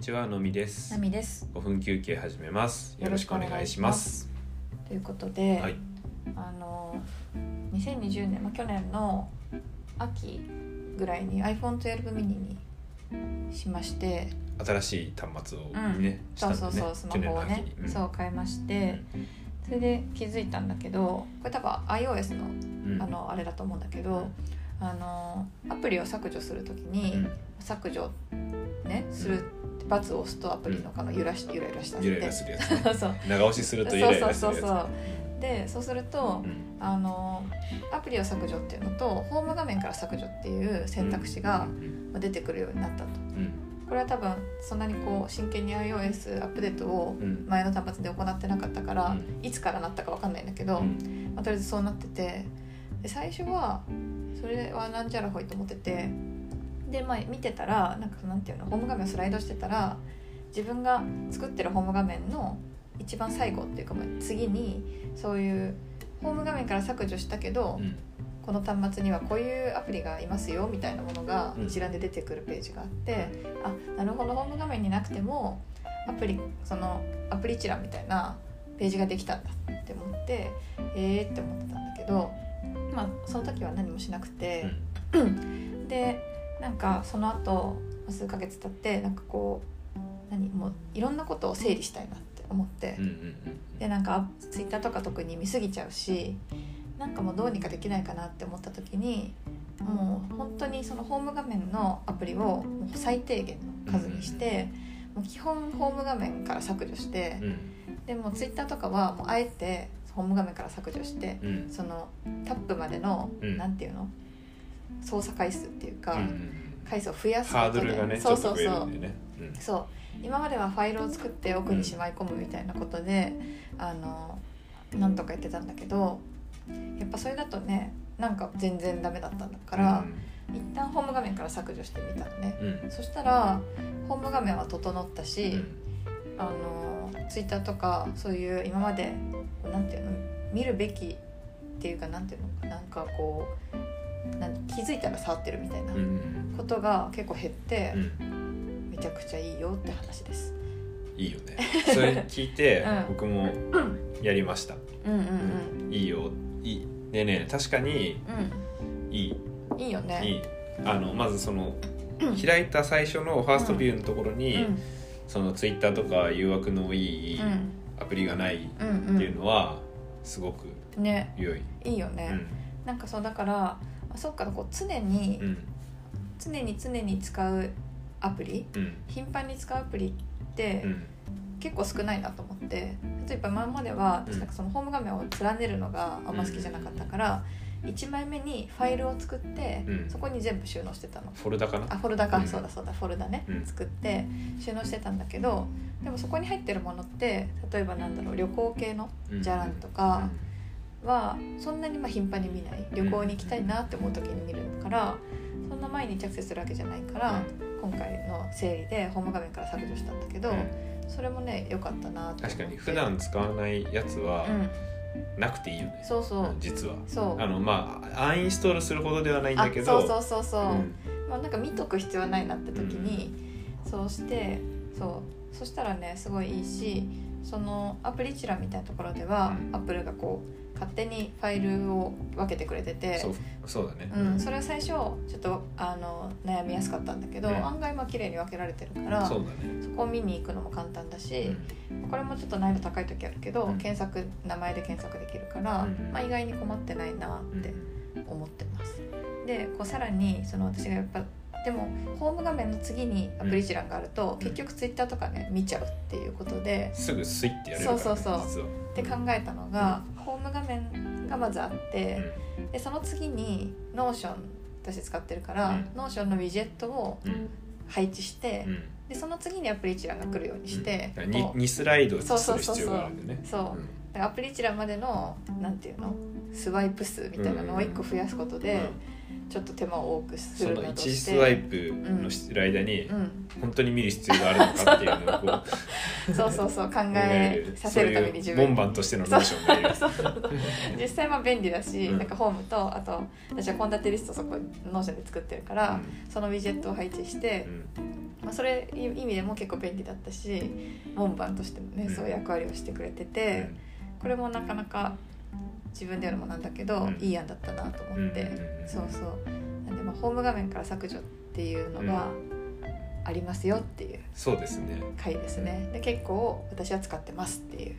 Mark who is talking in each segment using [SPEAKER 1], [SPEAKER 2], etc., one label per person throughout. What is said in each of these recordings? [SPEAKER 1] ちはのみです
[SPEAKER 2] ナミです。
[SPEAKER 1] 5分休憩始めますよろしくお願いします
[SPEAKER 2] ということで、
[SPEAKER 1] はい
[SPEAKER 2] あの2020年、まあ、去年の秋ぐらいに iPhone12 mini にしまして、
[SPEAKER 1] 新しい端末をね、した
[SPEAKER 2] そ
[SPEAKER 1] ん
[SPEAKER 2] う
[SPEAKER 1] でね
[SPEAKER 2] そうそうスマホをね、
[SPEAKER 1] 去年の秋に
[SPEAKER 2] そう買いまして、それで気づいたんだけど、これ多分 iOS の
[SPEAKER 1] うん
[SPEAKER 2] あのあれだと思うんだけど、あのアプリを削除するときに、
[SPEAKER 1] うん
[SPEAKER 2] 削除ねするバツを押すとアプリのかの揺らしゆらゆらした
[SPEAKER 1] ゆらゆらするやつね
[SPEAKER 2] そう
[SPEAKER 1] 長押しするとゆ
[SPEAKER 2] そ
[SPEAKER 1] ら
[SPEAKER 2] う
[SPEAKER 1] ゆ
[SPEAKER 2] そ
[SPEAKER 1] ら
[SPEAKER 2] う
[SPEAKER 1] する
[SPEAKER 2] そ
[SPEAKER 1] や
[SPEAKER 2] う
[SPEAKER 1] つ
[SPEAKER 2] そうでそうすると、
[SPEAKER 1] うん
[SPEAKER 2] あのアプリを削除っていうのとホーム画面から削除っていう選択肢
[SPEAKER 1] う
[SPEAKER 2] が
[SPEAKER 1] ん
[SPEAKER 2] 出てくるようになったと
[SPEAKER 1] うん
[SPEAKER 2] これは多分そんなにこう真剣に iOS アップデートを
[SPEAKER 1] うん
[SPEAKER 2] 前の端末で行ってなかったから、
[SPEAKER 1] うん
[SPEAKER 2] いつからなったかわかんないんだけど、
[SPEAKER 1] うん
[SPEAKER 2] まあとりあえずそうなっててで最初はそれはなんじゃらほいと思っててで、まあ、見てたらなんかなんていうのホーム画面をスライドしてたら自分が作ってるホーム画面の一番最後っていうか、まあ、次にそういうホーム画面から削除したけど、
[SPEAKER 1] うん
[SPEAKER 2] この端末にはこういうアプリがいますよみたいなものが
[SPEAKER 1] うん
[SPEAKER 2] 一覧で出てくるページがあって、あなるほどホーム画面になくてもアプリそのアプリ一覧みたいなページができたんだって思ってえーって思ってたんだけどまあその時は何もしなくて、でなんかその後数ヶ月経ってなんかこう何もういろんなことを整理したいなって思って。
[SPEAKER 1] うんうんうん
[SPEAKER 2] でなんかツイッターとか特に見過ぎちゃうしなんかもうどうにかできないかなって思った時にもう本当にそのホーム画面のアプリをもう最低限の数にして、もう基本ホーム画面から削除して
[SPEAKER 1] う、ん
[SPEAKER 2] でもツイッターとかはもうあえてホーム画面から削除して
[SPEAKER 1] うんうん
[SPEAKER 2] そのタップまでの、
[SPEAKER 1] うん
[SPEAKER 2] なんていうの操作回数っていうか、
[SPEAKER 1] うんうん
[SPEAKER 2] 回数を増やす
[SPEAKER 1] ハ
[SPEAKER 2] こ
[SPEAKER 1] ード
[SPEAKER 2] と
[SPEAKER 1] ルがね
[SPEAKER 2] で
[SPEAKER 1] ち
[SPEAKER 2] そ
[SPEAKER 1] ょ
[SPEAKER 2] う
[SPEAKER 1] っと
[SPEAKER 2] そう
[SPEAKER 1] 増え
[SPEAKER 2] そ
[SPEAKER 1] る
[SPEAKER 2] うん
[SPEAKER 1] でねうん
[SPEAKER 2] そう今まではファイルを作って奥にしまい込むみたいなことで、あのなんとか言ってたんだけどやっぱそれだとねなんか全然ダメだったんだから、一旦ホーム画面から削除してみたのね
[SPEAKER 1] うんうん
[SPEAKER 2] そしたらホーム画面は整った
[SPEAKER 1] う
[SPEAKER 2] し、
[SPEAKER 1] ん
[SPEAKER 2] あのツイッターとかそういう今までなんていうの見るべきっていうかなんていうのなんかこうなん気づいたら触ってるみたいな
[SPEAKER 1] うんうん
[SPEAKER 2] ことが結構減って
[SPEAKER 1] う、ん
[SPEAKER 2] めちゃくちゃいいよって話です。
[SPEAKER 1] いいよねそれ聞いて
[SPEAKER 2] うん
[SPEAKER 1] 僕もやりました
[SPEAKER 2] うんうん
[SPEAKER 1] いいよいいでね確かに
[SPEAKER 2] うん
[SPEAKER 1] いい
[SPEAKER 2] うんいいよね
[SPEAKER 1] いいあのまずその
[SPEAKER 2] うん
[SPEAKER 1] 開いた最初のファーストビューのところに、
[SPEAKER 2] うん
[SPEAKER 1] そのツイッターとか誘惑のいい
[SPEAKER 2] うん
[SPEAKER 1] アプリがないっ
[SPEAKER 2] うん
[SPEAKER 1] ていうのはすごく
[SPEAKER 2] うんね
[SPEAKER 1] 良い。
[SPEAKER 2] いいよ
[SPEAKER 1] う
[SPEAKER 2] ね、
[SPEAKER 1] ん
[SPEAKER 2] なんかそうだからあそっかこう常に、
[SPEAKER 1] うん
[SPEAKER 2] 常に常に使うアプリ
[SPEAKER 1] うん
[SPEAKER 2] 頻繁に使うアプリって
[SPEAKER 1] うん
[SPEAKER 2] 結構少ないなと思って例えば今までは
[SPEAKER 1] うん
[SPEAKER 2] なんかそのホーム画面を連ねるのがあんま好きじゃなかったから1枚目にファイルを作って
[SPEAKER 1] うん
[SPEAKER 2] そこに全部収納してたの
[SPEAKER 1] フォルダかな
[SPEAKER 2] あフォルダか、
[SPEAKER 1] うん
[SPEAKER 2] そうだそうだフォルダね、
[SPEAKER 1] うん
[SPEAKER 2] 作って収納してたんだけどでもそこに入ってるものって例えばなんだろう旅行系のじゃらんとかはそんなにまあ頻繁に見ない旅行に行きたいなって思う時に見るからそんな毎日アクセスするわけじゃないから今回の整理でホーム画面から削除したんだけど
[SPEAKER 1] うん
[SPEAKER 2] それもね良かったなって思って
[SPEAKER 1] 確かに普段使わないやつは
[SPEAKER 2] うん
[SPEAKER 1] なくていいよね、
[SPEAKER 2] そうそう
[SPEAKER 1] 実は。
[SPEAKER 2] そう
[SPEAKER 1] あのまあアンインストールするほどではないんだ
[SPEAKER 2] あ
[SPEAKER 1] けど
[SPEAKER 2] そうそうそうそう、
[SPEAKER 1] うん
[SPEAKER 2] まあ、なんか見とく必要はないなって時に、そうしてそうそしたらねすごいいいしそのアプリチラみたいなところでは、
[SPEAKER 1] うん
[SPEAKER 2] アップルがこう勝手にファイルを分けてくれてて
[SPEAKER 1] そうそうだね。
[SPEAKER 2] うん、それは最初ちょっとあの悩みやすかったんだけど、
[SPEAKER 1] うん
[SPEAKER 2] 案外まあ綺麗に分けられてるから
[SPEAKER 1] そ
[SPEAKER 2] そう
[SPEAKER 1] だね。
[SPEAKER 2] こを見に行くのも簡単だ
[SPEAKER 1] う
[SPEAKER 2] し
[SPEAKER 1] ん、
[SPEAKER 2] これもちょっと難易度高い時あるけど、
[SPEAKER 1] うん
[SPEAKER 2] 検索名前で検索できるから、
[SPEAKER 1] うん
[SPEAKER 2] まあ、意外に困ってないなって
[SPEAKER 1] うん
[SPEAKER 2] 思ってますでこうさらにその私がやっぱでもホーム画面の次にアプリ一覧があると、
[SPEAKER 1] うん
[SPEAKER 2] 結局ツイッターとかね見ちゃうっていうことです
[SPEAKER 1] ぐスイッてやれるから、ね、
[SPEAKER 2] そうそうそう
[SPEAKER 1] 実は。
[SPEAKER 2] って考えたのが、ホーム画面がまずあって、でその次にノーション私使ってるから、
[SPEAKER 1] うん
[SPEAKER 2] ノーションのウィジェットを
[SPEAKER 1] うんうん
[SPEAKER 2] 配置して、
[SPEAKER 1] うん
[SPEAKER 2] でその次にアプリ一覧が来るようにして、
[SPEAKER 1] うんに
[SPEAKER 2] こう
[SPEAKER 1] 2スライドす
[SPEAKER 2] そうそ
[SPEAKER 1] る
[SPEAKER 2] うそうそう
[SPEAKER 1] 必要があるんでね
[SPEAKER 2] そうだからアプリ一覧までのなんていうのスワイプ数みたいなのを1個増やすこと
[SPEAKER 1] うん
[SPEAKER 2] で、ちょっと手間を多くす
[SPEAKER 1] そ
[SPEAKER 2] る
[SPEAKER 1] の
[SPEAKER 2] などして
[SPEAKER 1] 1スワイプのしてる間に
[SPEAKER 2] うん、
[SPEAKER 1] 本当に見る必要があるのかっていうのをこう
[SPEAKER 2] そうそうそう
[SPEAKER 1] 考
[SPEAKER 2] 考
[SPEAKER 1] え
[SPEAKER 2] え
[SPEAKER 1] る
[SPEAKER 2] させるために
[SPEAKER 1] そ
[SPEAKER 2] 自
[SPEAKER 1] ういう
[SPEAKER 2] 分
[SPEAKER 1] 門
[SPEAKER 2] に
[SPEAKER 1] 番としてのノーションがいる
[SPEAKER 2] そうそうそう 実際は便利だし、
[SPEAKER 1] うん
[SPEAKER 2] なんかホームとあと私は献立リストそこノーションで作ってるから、そのウィジェットを配置して
[SPEAKER 1] う、ん
[SPEAKER 2] まあ、それい意味でも結構便利だったし門番としてもね
[SPEAKER 1] うん
[SPEAKER 2] そういう役割をしてくれてて、これもなかなか自分でやるのもなんだけど、
[SPEAKER 1] うん
[SPEAKER 2] いい案だったなと
[SPEAKER 1] うん
[SPEAKER 2] 思って、
[SPEAKER 1] うん
[SPEAKER 2] そうそうなんでまあホーム画面から削除っていうのがありますよっていう
[SPEAKER 1] そうですね
[SPEAKER 2] 回ですねで結構私は使ってますっていう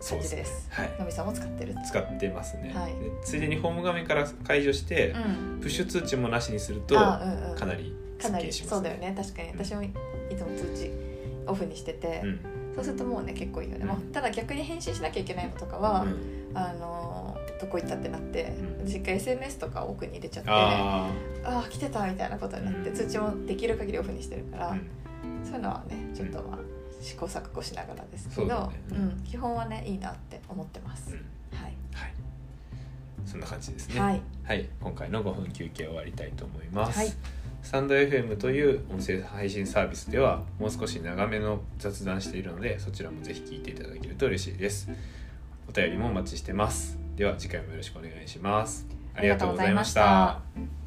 [SPEAKER 1] そう
[SPEAKER 2] 感
[SPEAKER 1] で
[SPEAKER 2] じ
[SPEAKER 1] す
[SPEAKER 2] で
[SPEAKER 1] ね
[SPEAKER 2] す
[SPEAKER 1] はい
[SPEAKER 2] のみさんも使ってるって
[SPEAKER 1] 使ってますね、
[SPEAKER 2] はい
[SPEAKER 1] でついでにホーム画面から解除して、
[SPEAKER 2] うん
[SPEAKER 1] プッシュ通知もなしにすると
[SPEAKER 2] あ
[SPEAKER 1] か
[SPEAKER 2] うんうん
[SPEAKER 1] なり
[SPEAKER 2] か
[SPEAKER 1] す
[SPEAKER 2] な
[SPEAKER 1] っき
[SPEAKER 2] り、
[SPEAKER 1] りします
[SPEAKER 2] そうだよね確かに私もいつも通知オフにしてて、
[SPEAKER 1] うん
[SPEAKER 2] そうするともうね結構いいよね、まあ
[SPEAKER 1] うん
[SPEAKER 2] ただ逆に返信しなきゃいけないのとかは、
[SPEAKER 1] うん
[SPEAKER 2] あのーどこ行ったってなって、
[SPEAKER 1] うん
[SPEAKER 2] 私一回 SNS とか奥に入れちゃってあ
[SPEAKER 1] あ
[SPEAKER 2] あー来てたみたいなことになって、
[SPEAKER 1] うん
[SPEAKER 2] 通知もできる限りオフにしてるから、
[SPEAKER 1] あ、うん
[SPEAKER 2] そういうのはねちょっとまあ試行錯誤しながらですけ
[SPEAKER 1] そう
[SPEAKER 2] ど
[SPEAKER 1] だね
[SPEAKER 2] うん、基本はねいいなって思ってます、
[SPEAKER 1] うん
[SPEAKER 2] はい、
[SPEAKER 1] はいそんな感じですね
[SPEAKER 2] はい
[SPEAKER 1] はい、今回の5分休憩を終わりたいと思います、
[SPEAKER 2] はい
[SPEAKER 1] スタンド FM という音声配信サービスではもう少し長めの雑談しているのでそちらもぜひ聞いていただけると嬉しいですお便りもお待ちしてますでは次回もよろしくお願いしますありがとうございまし
[SPEAKER 2] ありがとうございました
[SPEAKER 1] た